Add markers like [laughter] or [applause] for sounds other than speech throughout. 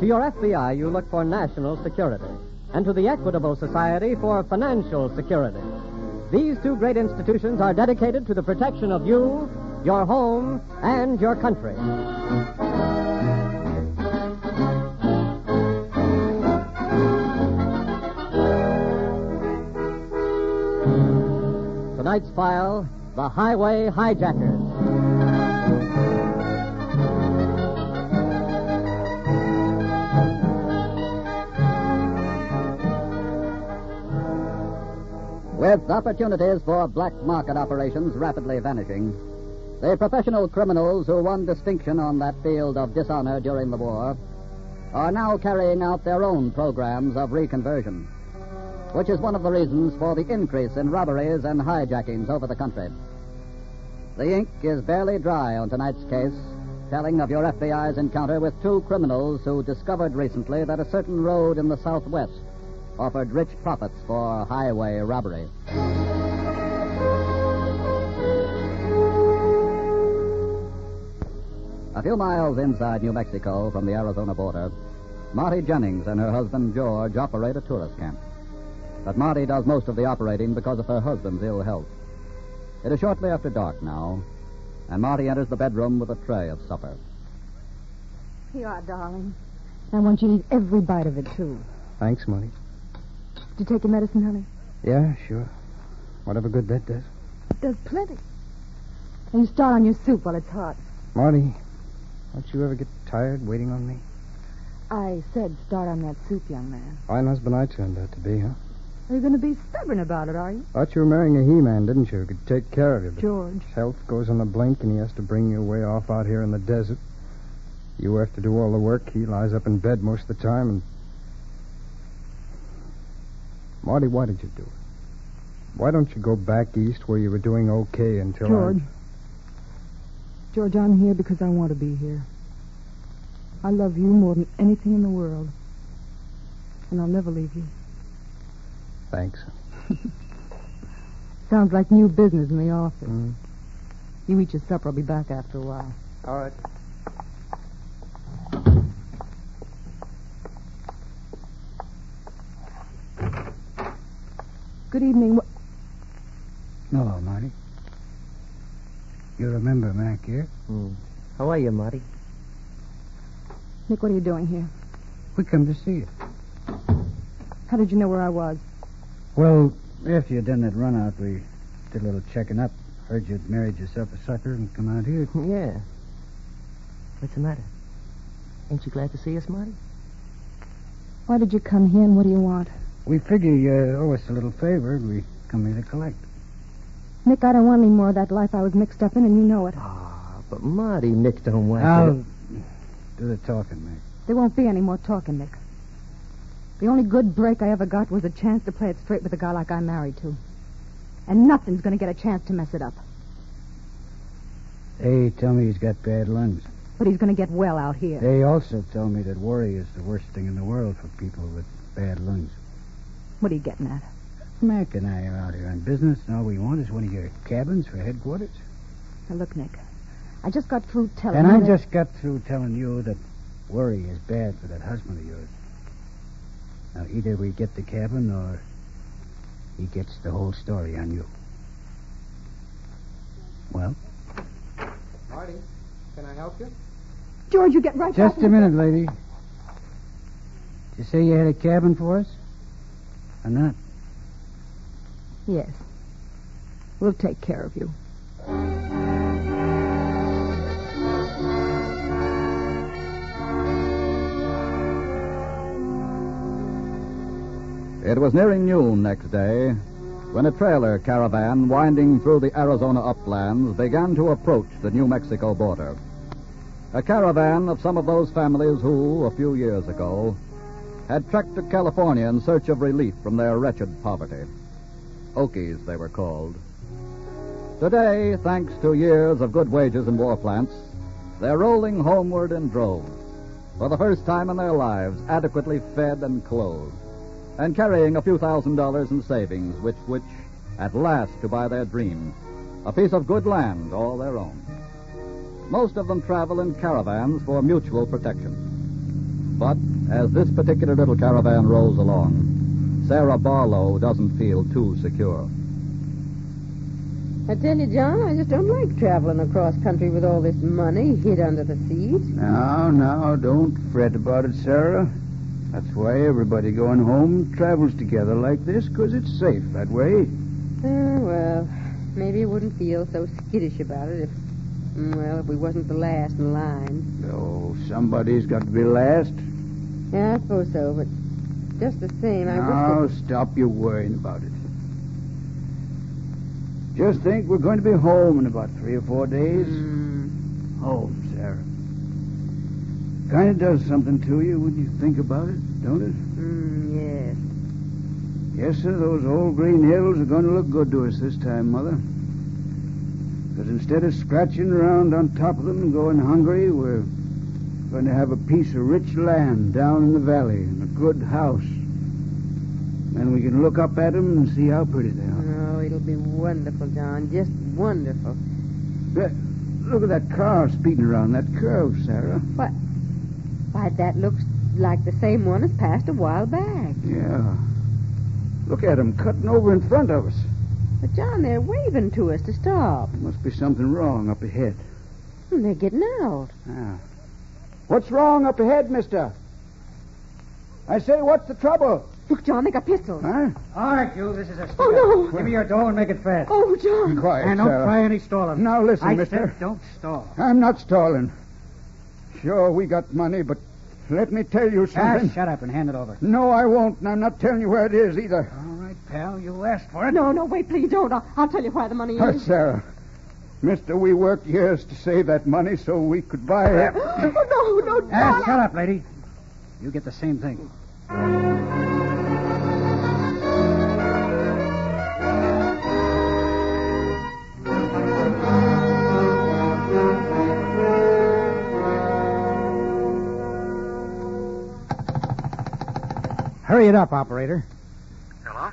To your FBI, you look for national security, and to the Equitable Society for financial security. These two great institutions are dedicated to the protection of you, your home, and your country. Tonight's file The Highway Hijackers. With opportunities for black market operations rapidly vanishing, the professional criminals who won distinction on that field of dishonor during the war are now carrying out their own programs of reconversion, which is one of the reasons for the increase in robberies and hijackings over the country. The ink is barely dry on tonight's case, telling of your FBI's encounter with two criminals who discovered recently that a certain road in the southwest offered rich profits for highway robbery. A few miles inside New Mexico from the Arizona border, Marty Jennings and her husband George operate a tourist camp. But Marty does most of the operating because of her husband's ill health. It is shortly after dark now, and Marty enters the bedroom with a tray of supper. Here you are, darling. I want you to eat every bite of it, too. Thanks, Marty. Did you take your medicine, honey? Yeah, sure. Whatever good that does. It does plenty. And you start on your soup while it's hot. Marty, don't you ever get tired waiting on me? I said start on that soup, young man. Fine husband I turned out to be, huh? Are you going to be stubborn about it, are you? Thought you were marrying a he-man, didn't you? who Could take care of you. but George. his health goes on the blink, and he has to bring you way off out here in the desert. You have to do all the work. He lies up in bed most of the time, and Marty, why did you do it? Why don't you go back east where you were doing okay until I- George. George, I'm here because I want to be here. I love you more than anything in the world. And I'll never leave you. Thanks. Sounds like new business in the office. Mm. You eat your supper. I'll be back after a while. All right. Good evening. Wh- Hello, Marty. You remember Mac here? Hmm. How are you, Marty? Nick, what are you doing here? We come to see you. How did you know where I was? Well, after you done that run out, we did a little checking up. Heard you'd married yourself a sucker and come out here. [laughs] Yeah. What's the matter? Ain't you glad to see us, Marty? Why did you come here and what do you want? We figure you owe us a little favor, and we come here to collect. Nick, I don't want any more of that life I was mixed up in, and you know it. Ah, but Marty, Nick don't want I'll do the talking, Mac. There won't be any more talking, Nick. The only good break I ever got was a chance to play it straight with a guy like I'm married to. And nothing's going to get a chance to mess it up. They tell me he's got bad lungs. But he's going to get well out here. They also tell me that worry is the worst thing in the world for people with bad lungs. What are you getting at? Mac and I are out here on business, and all we want is one of your cabins for headquarters. Now, look, Nick. I just got through telling And you I that- just got through telling you that worry is bad for that husband of yours. Now, either we get the cabin or he gets the whole story on you. Well? Marty, can I help you? George, you get right Just back a in- minute, lady. Did you say you had a cabin for us? Or not? Yes. We'll take care of you. It was nearing noon next day when a trailer caravan winding through the Arizona uplands began to approach the New Mexico border. A caravan of some of those families who, a few years ago, had trekked to California in search of relief from their wretched poverty. Okies, they were called. Today, thanks to years of good wages and war plants, they're rolling homeward in droves, for the first time in their lives adequately fed and clothed and carrying a few thousand dollars in savings, which, which, at last, to buy their dream, a piece of good land all their own. Most of them travel in caravans for mutual protection. But as this particular little caravan rolls along, Sarah Barlow doesn't feel too secure. I tell you, John, I just don't like traveling across country with all this money hid under the seat. Now, now, don't fret about it, Sarah. That's why everybody going home travels together like this, 'cause it's safe that way. Ah, well, maybe you wouldn't feel so skittish about it if, well, if we wasn't the last in line. Oh, somebody's got to be last. Yeah, I suppose so, but just the same, I Now, wish stop your worrying about it. Just think we're going to be home in about three or four days. that... Mm, Oh, Home, Sarah. Kind of does something to you when you think about it, don't it? mm, yes. Yes, sir, those old green hills are going to look good to us this time, Mother. Because instead of scratching around on top of them and going hungry, we're going to have a piece of rich land down in the valley and a good house. Then we can look up at 'em and see how pretty they are. Oh, it'll be wonderful, John. Just wonderful. Look- Look at that car speeding around that curve, Sarah. Why, that looks like the same one as passed a while back. Yeah. Look at 'em cutting over in front of us. But, John, they're waving to us to stop. Must be something wrong up ahead. And they're getting out. Ah. What's wrong up ahead, mister? I say, what's the trouble? Look, John, they got pistols. Huh? Aren't you? This is a stick Oh, no. Give me your dough and make it fast. Oh, John. Quiet, and don't Sarah. try any stalling. Now listen, I mister. said don't stall. I'm not stalling. Sure, we got money, but let me tell you Ah, something. shut up and hand it over. no, I won't, and I'm not telling you where it is either. All right, pal. You asked for it. No, no, wait, please don't. I'll, I'll tell you why the money Oh, is. Sarah. Mister, we worked years to save that money so we could buy it. [gasps] Oh, no, no, Ah, John. shut up, lady. You get the same thing. Hurry it up, operator. Hello?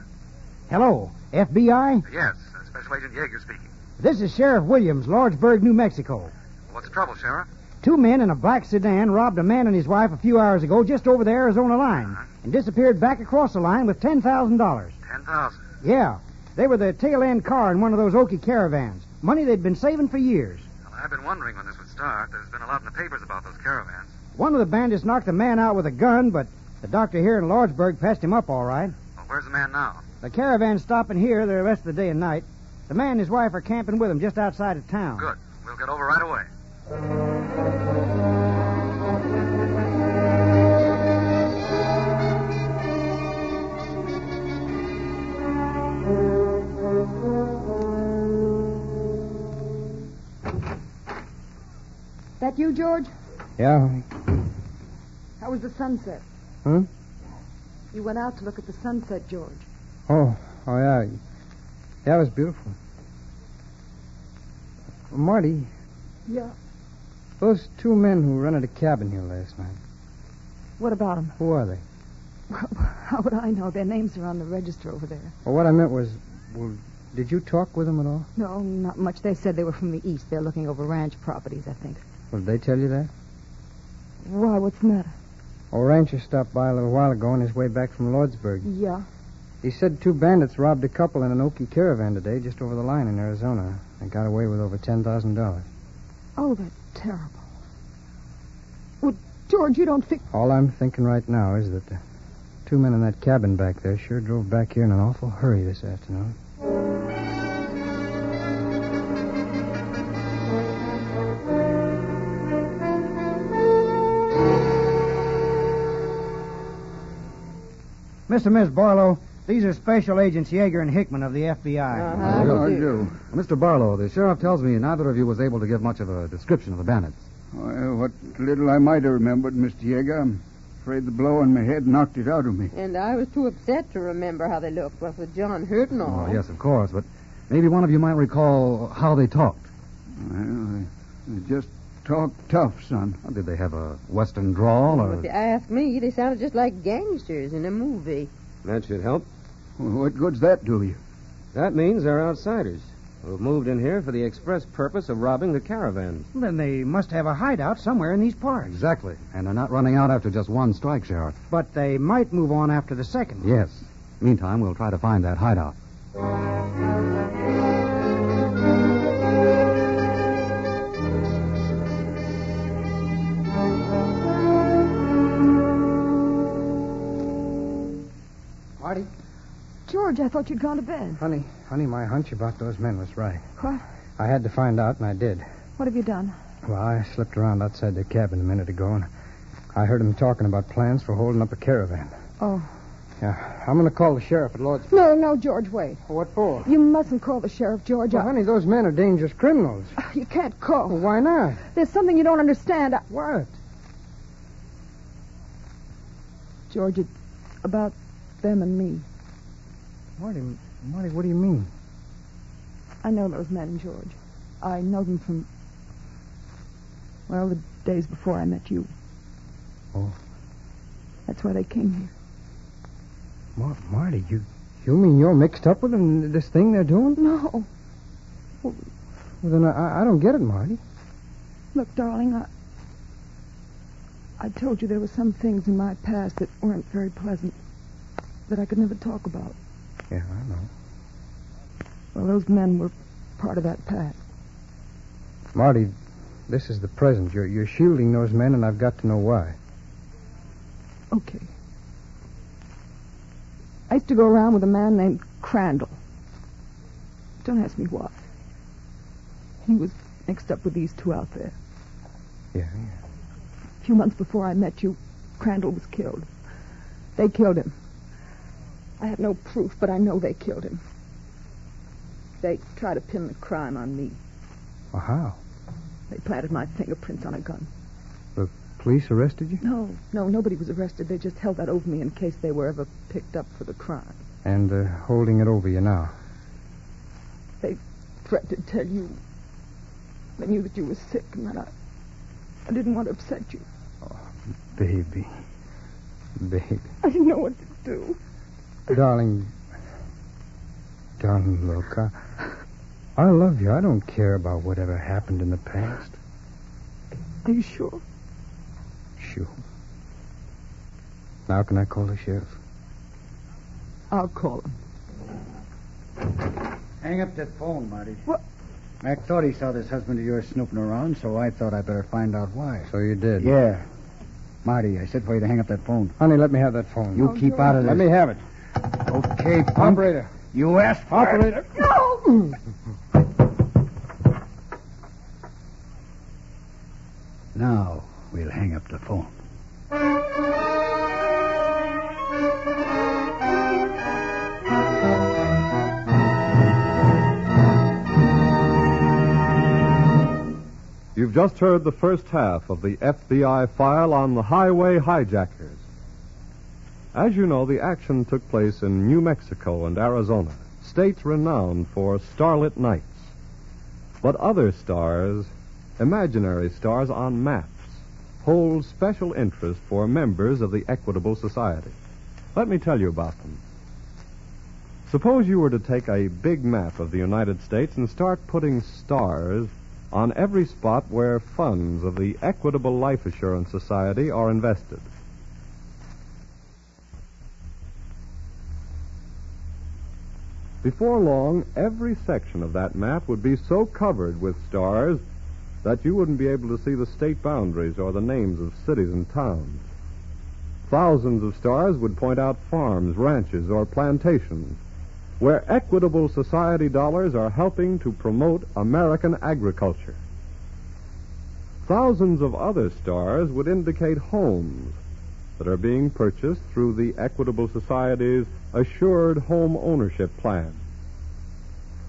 Hello, FBI. Yes, uh, Special Agent Yeager speaking. This is Sheriff Williams, Lordsburg, New Mexico. What's the trouble, Sheriff? Two men in a black sedan robbed a man and his wife a few hours ago just over the Arizona line and disappeared back across the line with $10,000. Ten thousand. Yeah. They were the tail end car in one of those Okie caravans. Money they'd been saving for years. Well, I've been wondering when this would start. There's been a lot in the papers about those caravans. One of the bandits knocked a man out with a gun, but the doctor here in Lordsburg passed him up all right. Well, where's the man now? The caravan's stopping here the rest of the day and night. The man and his wife are camping with him just outside of town. Good. We'll get over right away. That you, George? Yeah. How was the sunset? Huh? You went out to look at the sunset, George. [laughs] Oh, oh, yeah. Yeah, it was beautiful. Marty, Yeah. Those two men who rented a cabin here last night, What about them? who are they? How would I know? Their names are on the register over there. Well, what I meant was, well, did you talk with them at all? No, not much. They said they were from the east. They're looking over ranch properties, I think. Well, did they tell you that? Why? What's the matter? Oh, Rancher stopped by a little while ago on his way back from Lordsburg. Yeah. He said two bandits robbed a couple in an Okie caravan today just over the line in Arizona. They got away with over $10,000. Oh, that's terrible. Well, George, you don't think. All I'm thinking right now is that the two men in that cabin back there sure drove back here in an awful hurry this afternoon. Mr. and Miss Barlow, these are Special Agents Yeager and Hickman of the FBI. Mr. Barlow, the sheriff tells me neither of you was able to give much of a description of the bandits. Well, what little I might have remembered, Mr. Yeager, I'm afraid the blow on my head knocked it out of me. And I was too upset to remember how they looked, what with John hurt and all. Oh, yes, of course, but maybe one of you might recall how they talked. Well, they, they just talked tough, son. Did they have a western drawl Well, If you ask me, they sounded just like gangsters in a movie. That should help. what good's that do you? That means they're outsiders who've moved in here for the express purpose of robbing the caravans. Well, then they must have a hideout somewhere in these parts. Exactly. And they're not running out after just one strike, Sheriff. But they might move on after the second. Yes. Meantime, we'll try to find that hideout. Marty? George, I thought you'd gone to bed. Honey, honey, my hunch about those men was right. What? I had to find out, and I did. What have you done? Well, I slipped around outside their cabin a minute ago, and I heard them talking about plans for holding up a caravan. Oh. Yeah, I'm going to call the sheriff at Lord's. No, no, George, wait. What for? You mustn't call the sheriff, George. Well, I- honey, those men are dangerous criminals. You can't call. why not? There's something you don't understand. I... What? George, it's about them and me. Marty, Marty, what do you mean? I know those men, George. I know them from, well, the days before I met you. Oh. That's why they came here. Mar- Marty, you, you mean you're mixed up with them, this thing they're doing? No. Well, Well, then I, I don't get it, Marty. look, darling, I. I told you there were some things in my past that weren't very pleasant, that I could never talk about. Yeah, I know. Well, those men were part of that past. Marty, this is the present. You're, you're shielding those men, and I've got to know why. Okay. I used to go around with a man named Crandall. Don't ask me why. He was mixed up with these two out there. Yeah, A few months before I met you, Crandall was killed. They killed him. I have no proof, but I know they killed him. They tried to pin the crime on me. Well, how? They planted my fingerprints on a gun. The police arrested you? No, no, nobody was arrested. They just held that over me in case they were ever picked up for the crime. And they're holding it over you now. They threatened to tell you. They knew that you were sick and that I, I didn't want to upset you. Baby. Baby. I didn't know what to do. Darling. Darling, look, I, I love you. I don't care about whatever happened in the past. Are you sure? Sure. Now can I call the sheriff? I'll call him. Hang up that phone, Marty. What? Mac thought he saw this husband of yours snooping around, so I thought I'd better find out why. So you did? Yeah. Marty, I said for you to hang up that phone. Honey, let me have that phone. You keep out of this. Let me have it. Okay, punk. Operator. You asked for Operator. it. No! Now we'll hang up the phone. You've just heard the first half of the FBI file on the highway hijackers. As you know, the action took place in New Mexico and Arizona, states renowned for starlit nights. But other stars imaginary stars on maps, hold special interest for members of the Equitable Society. Let me tell you about them. Suppose you were to take a big map of the United States and start putting stars on every spot where funds of the Equitable Life Assurance Society are invested. Before long, every section of that map would be so covered with stars that you wouldn't be able to see the state boundaries or the names of cities and towns. Thousands of stars would point out farms, ranches, or plantations where equitable society dollars are helping to promote American agriculture. Thousands of other stars would indicate homes that are being purchased through the Equitable Society's Assured Home Ownership Plan.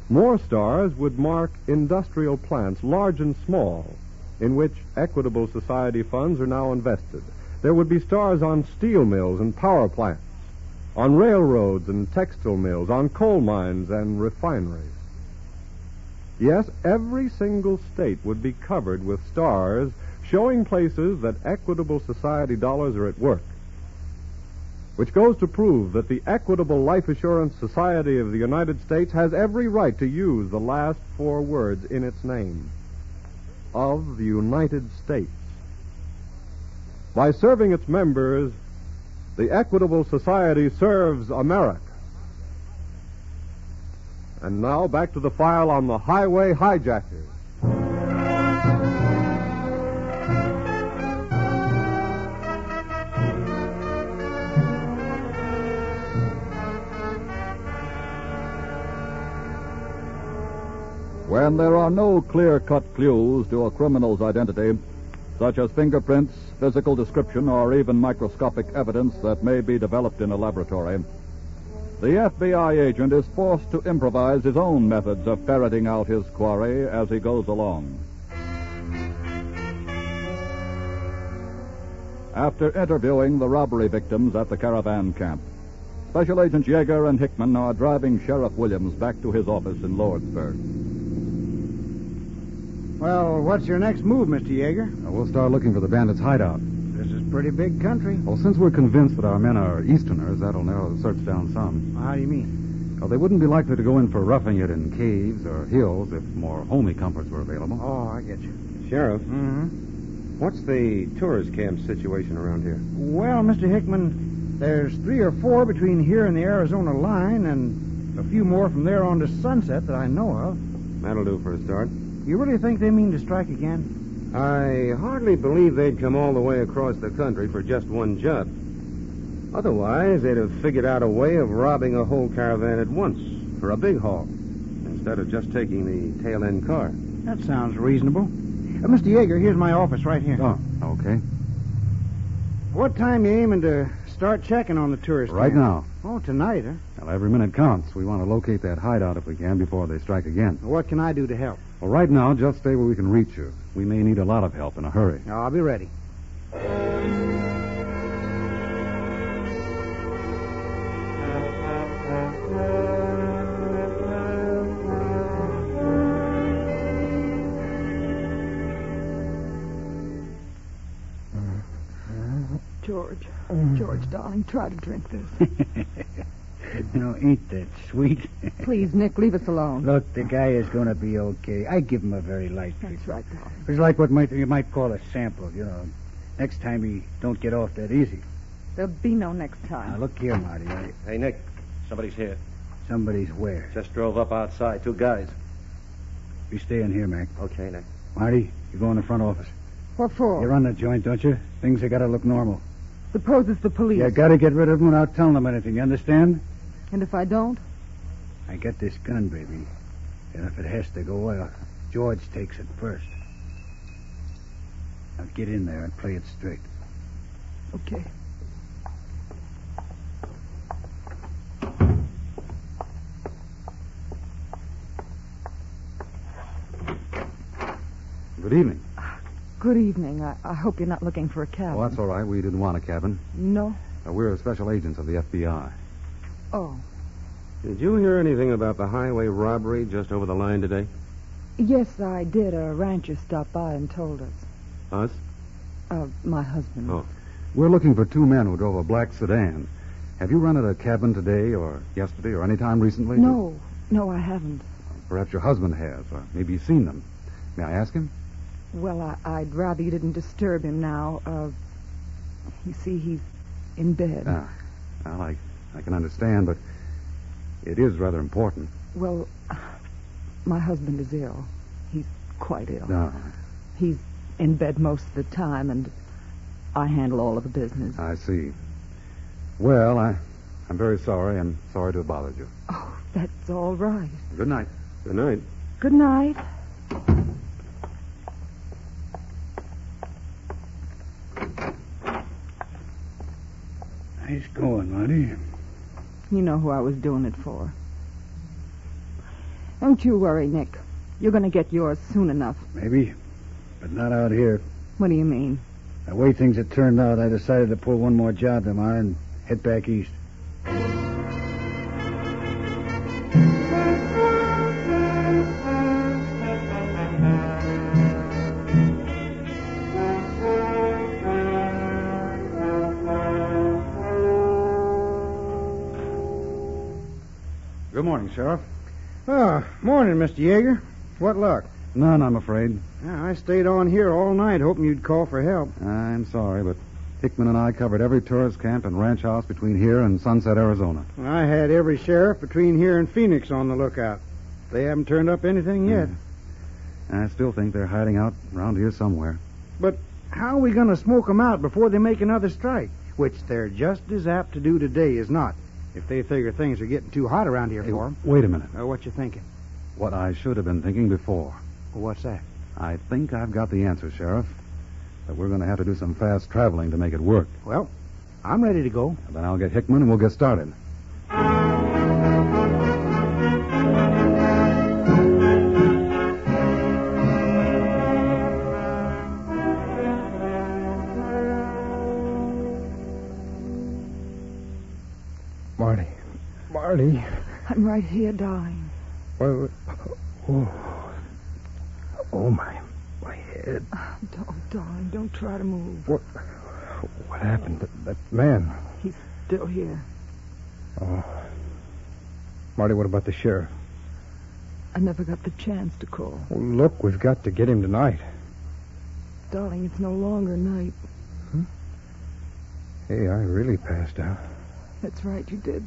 More stars would mark industrial plants, large and small, in which Equitable Society funds are now invested. There would be stars on steel mills and power plants, on railroads and textile mills, on coal mines and refineries. Yes, every single state would be covered with stars showing places that Equitable Society dollars are at work. Which goes to prove that the Equitable Life Assurance Society of the United States has every right to use the last four words in its name of the United States. By serving its members, the Equitable Society serves America. And now back to the file on the highway hijackers. When there are no clear cut clues to a criminal's identity, such as fingerprints, physical description, or even microscopic evidence that may be developed in a laboratory, the FBI agent is forced to improvise his own methods of ferreting out his quarry as he goes along. After interviewing the robbery victims at the caravan camp, Special Agents Yeager and Hickman are driving Sheriff Williams back to his office in Lordsburg. Well, what's your next move, Mr. Yeager? Uh, we'll start looking for the bandits' hideout. This is pretty big country. Well, since we're convinced that our men are Easterners, that'll narrow the search down some. How do you mean? Well, they wouldn't be likely to go in for roughing it in caves or hills if more homey comforts were available. Mm-hmm. Oh, I get you. Sheriff. What's the tourist camp situation around here? Well, Mr. Hickman, there's three or four between here and the Arizona line, and a few more from there on to Sunset that I know of. That'll do for a start. You really think they mean to strike again? I hardly believe they'd come all the way across the country for just one job. Otherwise, they'd have figured out a way of robbing a whole caravan at once for a big haul instead of just taking the tail end car. That sounds reasonable. Uh, Mr. Yeager, here's my office right here. Oh, okay. What time you aiming to start checking on the tourist? Right camp? now. Oh, tonight, huh? Well, every minute counts. We want to locate that hideout if we can before they strike again. What can I do to help? Well, right now, just stay where we can reach you. We may need a lot of help in a hurry. I'll be ready. George, George, darling, try to drink this. [laughs] no, ain't that sweet? [laughs] Please, Nick, leave us alone. Look, the guy is going to be okay. I give him a very light treatment. That's right, darling. It's like what might, you might call a sample, you know. Next time he don't get off that easy. There'll be no next time. Now, look here, Marty. I, Hey, Nick. Somebody's here. somebody's where? Just drove up outside. Two guys. You stay in here, Mac. Okay, Nick. Marty, you go in the front office. What for? You run the joint, don't you? Things have got to look normal. Suppose it's the police. You got to get rid of them without telling them anything, you understand? And if I don't? I got this gun, baby. And if it has to go out, George takes it first. Now get in there and play it straight. Okay. Good evening. Good evening. I, I hope you're not looking for a cab. Well, Oh, that's all right. We didn't want a cabin. No? Uh, we're special agents of the FBI. Oh. Did you hear anything about the highway robbery just over the line today? Yes, I did. A rancher stopped by and told us. Us? Uh, my husband. Oh. We're looking for two men who drove a black sedan. Have you rented a cabin today or yesterday or any time recently? No, no, I haven't. Perhaps your husband has, or maybe you've seen them. May I ask him? Well, I, I'd rather you didn't disturb him now. Uh, you see, he's in bed. Ah, well, I, I can understand, but it is rather important. Well, my husband is ill. He's quite ill. No, He's in bed most of the time, and I handle all of the business. I see. Well, I, I'm very sorry. I'm sorry to have bothered you. That's all right. Good night. Good night. Good night. Nice going, Marty. You know who I was doing it for. Don't you worry, Nick. You're going to get yours soon enough. Maybe, but not out here. What do you mean? The way things had turned out, I decided to pull one more job tomorrow and head back east. Good morning, Sheriff. Ah, morning, Mr. Yeager. What luck? None, I'm afraid. Yeah, I stayed on here all night hoping you'd call for help. I'm sorry, but Hickman and I covered every tourist camp and ranch house between here and Sunset, Arizona. I had every sheriff between here and Phoenix on the lookout. They haven't turned up Hmm. anything yet. And I still think they're hiding out around here somewhere. But how are we going to smoke 'em out before they make another strike? Which they're just as apt to do today as not, if they figure things are getting too hot around here for 'em. for them. Wait a minute. what you thinking? What I should have been thinking before. What's that? I think I've got the answer, Sheriff. But we're going to have to do some fast traveling to make it work. Well, I'm ready to go. Then I'll get Hickman and we'll get started. Marty. Marty. I'm right here dying. Well, oh, oh my, my head. Oh, darling, don't try to move. What, what happened? That, that man. He's still here. Oh. Marty, what about the sheriff? I never got the chance to call. Oh, look, we've got to get him tonight. Darling, it's no longer night. Hey, I really passed out. That's right, you did.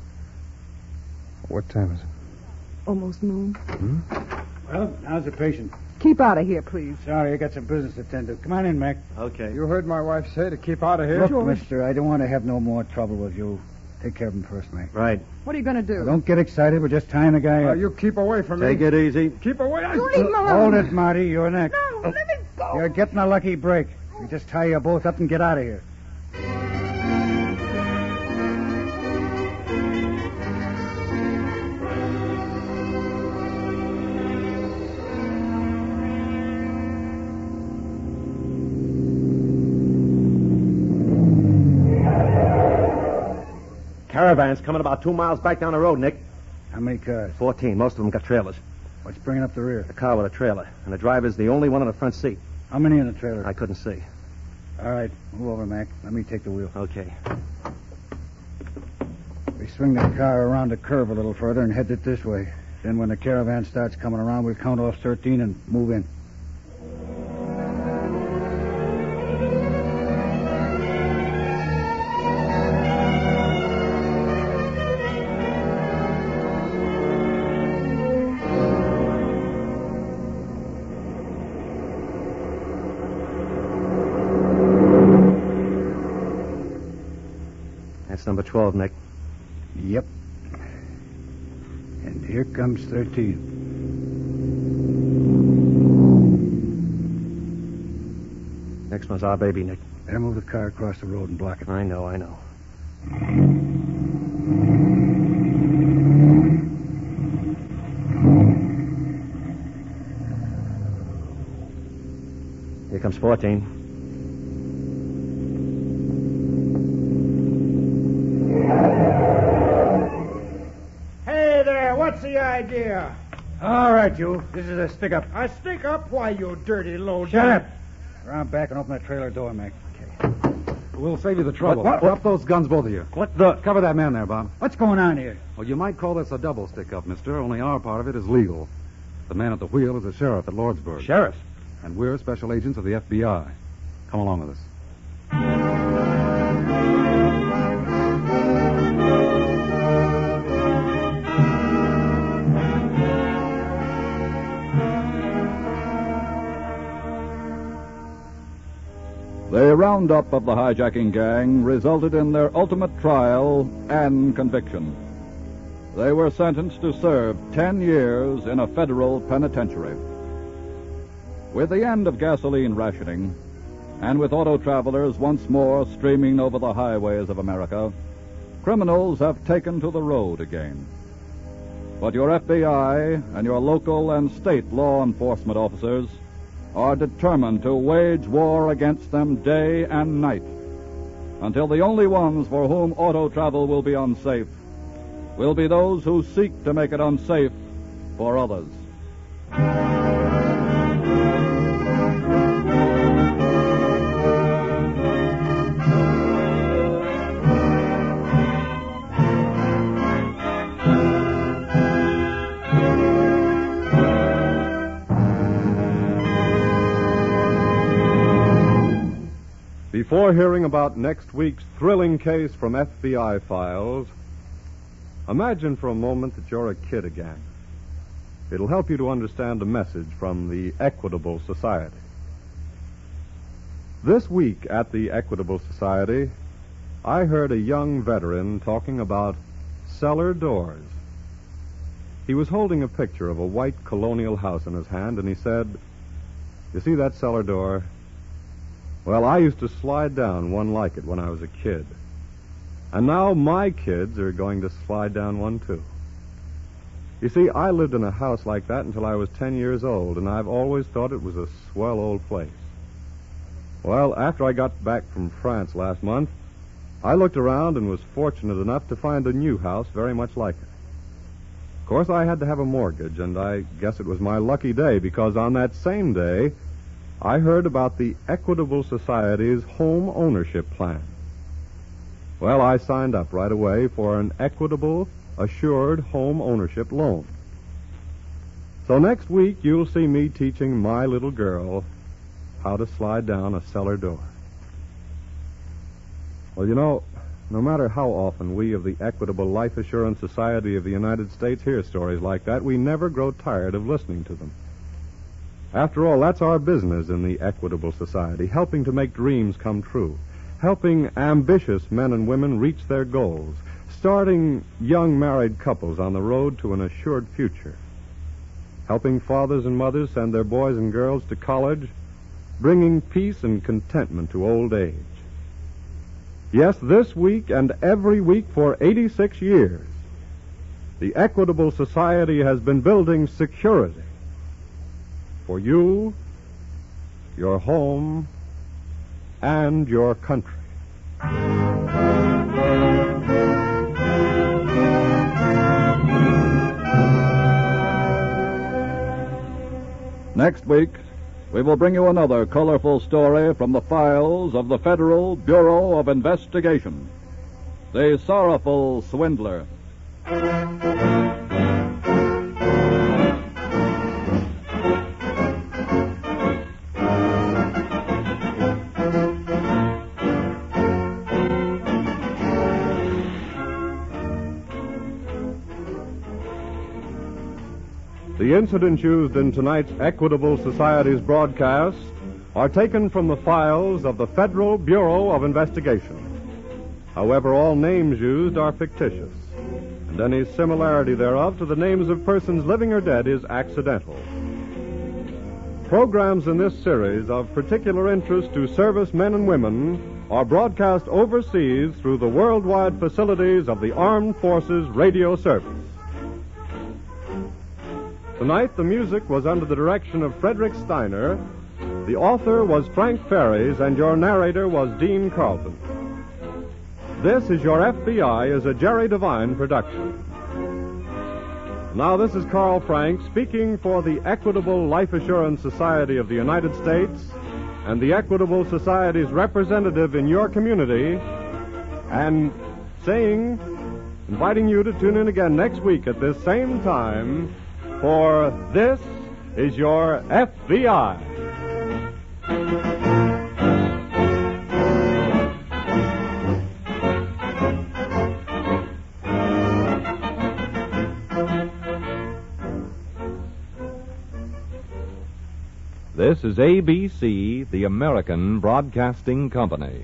What time is it? Almost noon. Hmm? Well, how's the patient? Keep out of here, please. Sorry, I got some business to attend to. Come on in, Mac. Okay. You heard my wife say to keep out of here. Look, mister, I don't want to have no more trouble with you. Take care of him first, Mac. Right. What are you going to do? Now, don't get excited. We're just tying the guy Now, up. you keep away from Take me. it easy. Keep away. I... You leave him alone. Hold it, Marty. You're next. Oh. No, let me go. You're getting a lucky break. We just tie you both up and get out of here. Caravan's coming about two miles back down the road, Nick. How many cars? Fourteen. Most of them got trailers. What's bringing up the rear? A car with a trailer, and the driver's the only one in the front seat. How many in the trailer? I couldn't see. All right, move over, Mac. Let me take the wheel. Okay. We swing the car around a curve a little further and head it this way. Then, when the caravan starts coming around, we'll count off 13 and move in. That's number twelve, Nick. Yep. And here comes 13. Next one's our baby, Nick. Better move the car across the road and block it. I know, I know. Here comes 14. Hey there, what's the idea? All right, you. This is a stick up. I stick up. Why, you dirty low. Shut up. Round back and open that trailer door, Mac. We'll save you the trouble. What- what- Drop those guns, both of you. What the? Cover that man there, Bob. What's going on here? Well, you might call this a double stick up, mister, only our part of it is legal. The man at the wheel is a sheriff at Lordsburg. Sheriff? And we're special agents of the FBI. Come along with us. The roundup of the hijacking gang resulted in their ultimate trial and conviction. They were sentenced to serve 10 years in a federal penitentiary. With the end of gasoline rationing, and with auto travelers once more streaming over the highways of America, criminals have taken to the road again. But your FBI and your local and state law enforcement officers are determined to wage war against them day and night until the only ones for whom auto travel will be unsafe will be those who seek to make it unsafe for others. Before hearing about next week's thrilling case from FBI files, imagine for a moment that you're a kid again. It'll help you to understand a message from the Equitable Society. This week at the Equitable Society, I heard a young veteran talking about cellar doors. He was holding a picture of a white colonial house in his hand, and he said, You see that cellar door? Well, I used to slide down one like it when I was a kid. And now my kids are going to slide down one, too. You see, I lived in a house like that until I was 10 years old, and I've always thought it was a swell old place. Well, after I got back from France last month, I looked around and was fortunate enough to find a new house very much like it. Of course, I had to have a mortgage, and I guess it was my lucky day because on that same day, I heard about the Equitable Society's home ownership plan. Well, I signed up right away for an equitable, assured home ownership loan. So next week, you'll see me teaching my little girl how to slide down a cellar door. Well, you know, no matter how often we of the Equitable Life Assurance Society of the United States hear stories like that, we never grow tired of listening to them. After all, that's our business in the Equitable Society, helping to make dreams come true, helping ambitious men and women reach their goals, starting young married couples on the road to an assured future, helping fathers and mothers send their boys and girls to college, bringing peace and contentment to old age. Yes, this week and every week for 86 years, the Equitable Society has been building security for you, your home, and your country. Next week, we will bring you another colorful story from the files of the Federal Bureau of Investigation The Sorrowful Swindler. The incidents used in tonight's Equitable Society's broadcast are taken from the files of the Federal Bureau of Investigation. However, all names used are fictitious, and any similarity thereof to the names of persons living or dead is accidental. Programs in this series of particular interest to service men and women are broadcast overseas through the worldwide facilities of the Armed Forces Radio Service. Tonight, the music was under the direction of Frederick Steiner. The author was Frank Ferries, and your narrator was Dean Carlton. This is Your FBI is a Jerry Devine production. Now, this is Carl Frank speaking for the Equitable Life Assurance Society of the United States and the Equitable Society's representative in your community, and saying, inviting you to tune in again next week at this same time for This is Your FBI. This is ABC, the American Broadcasting Company.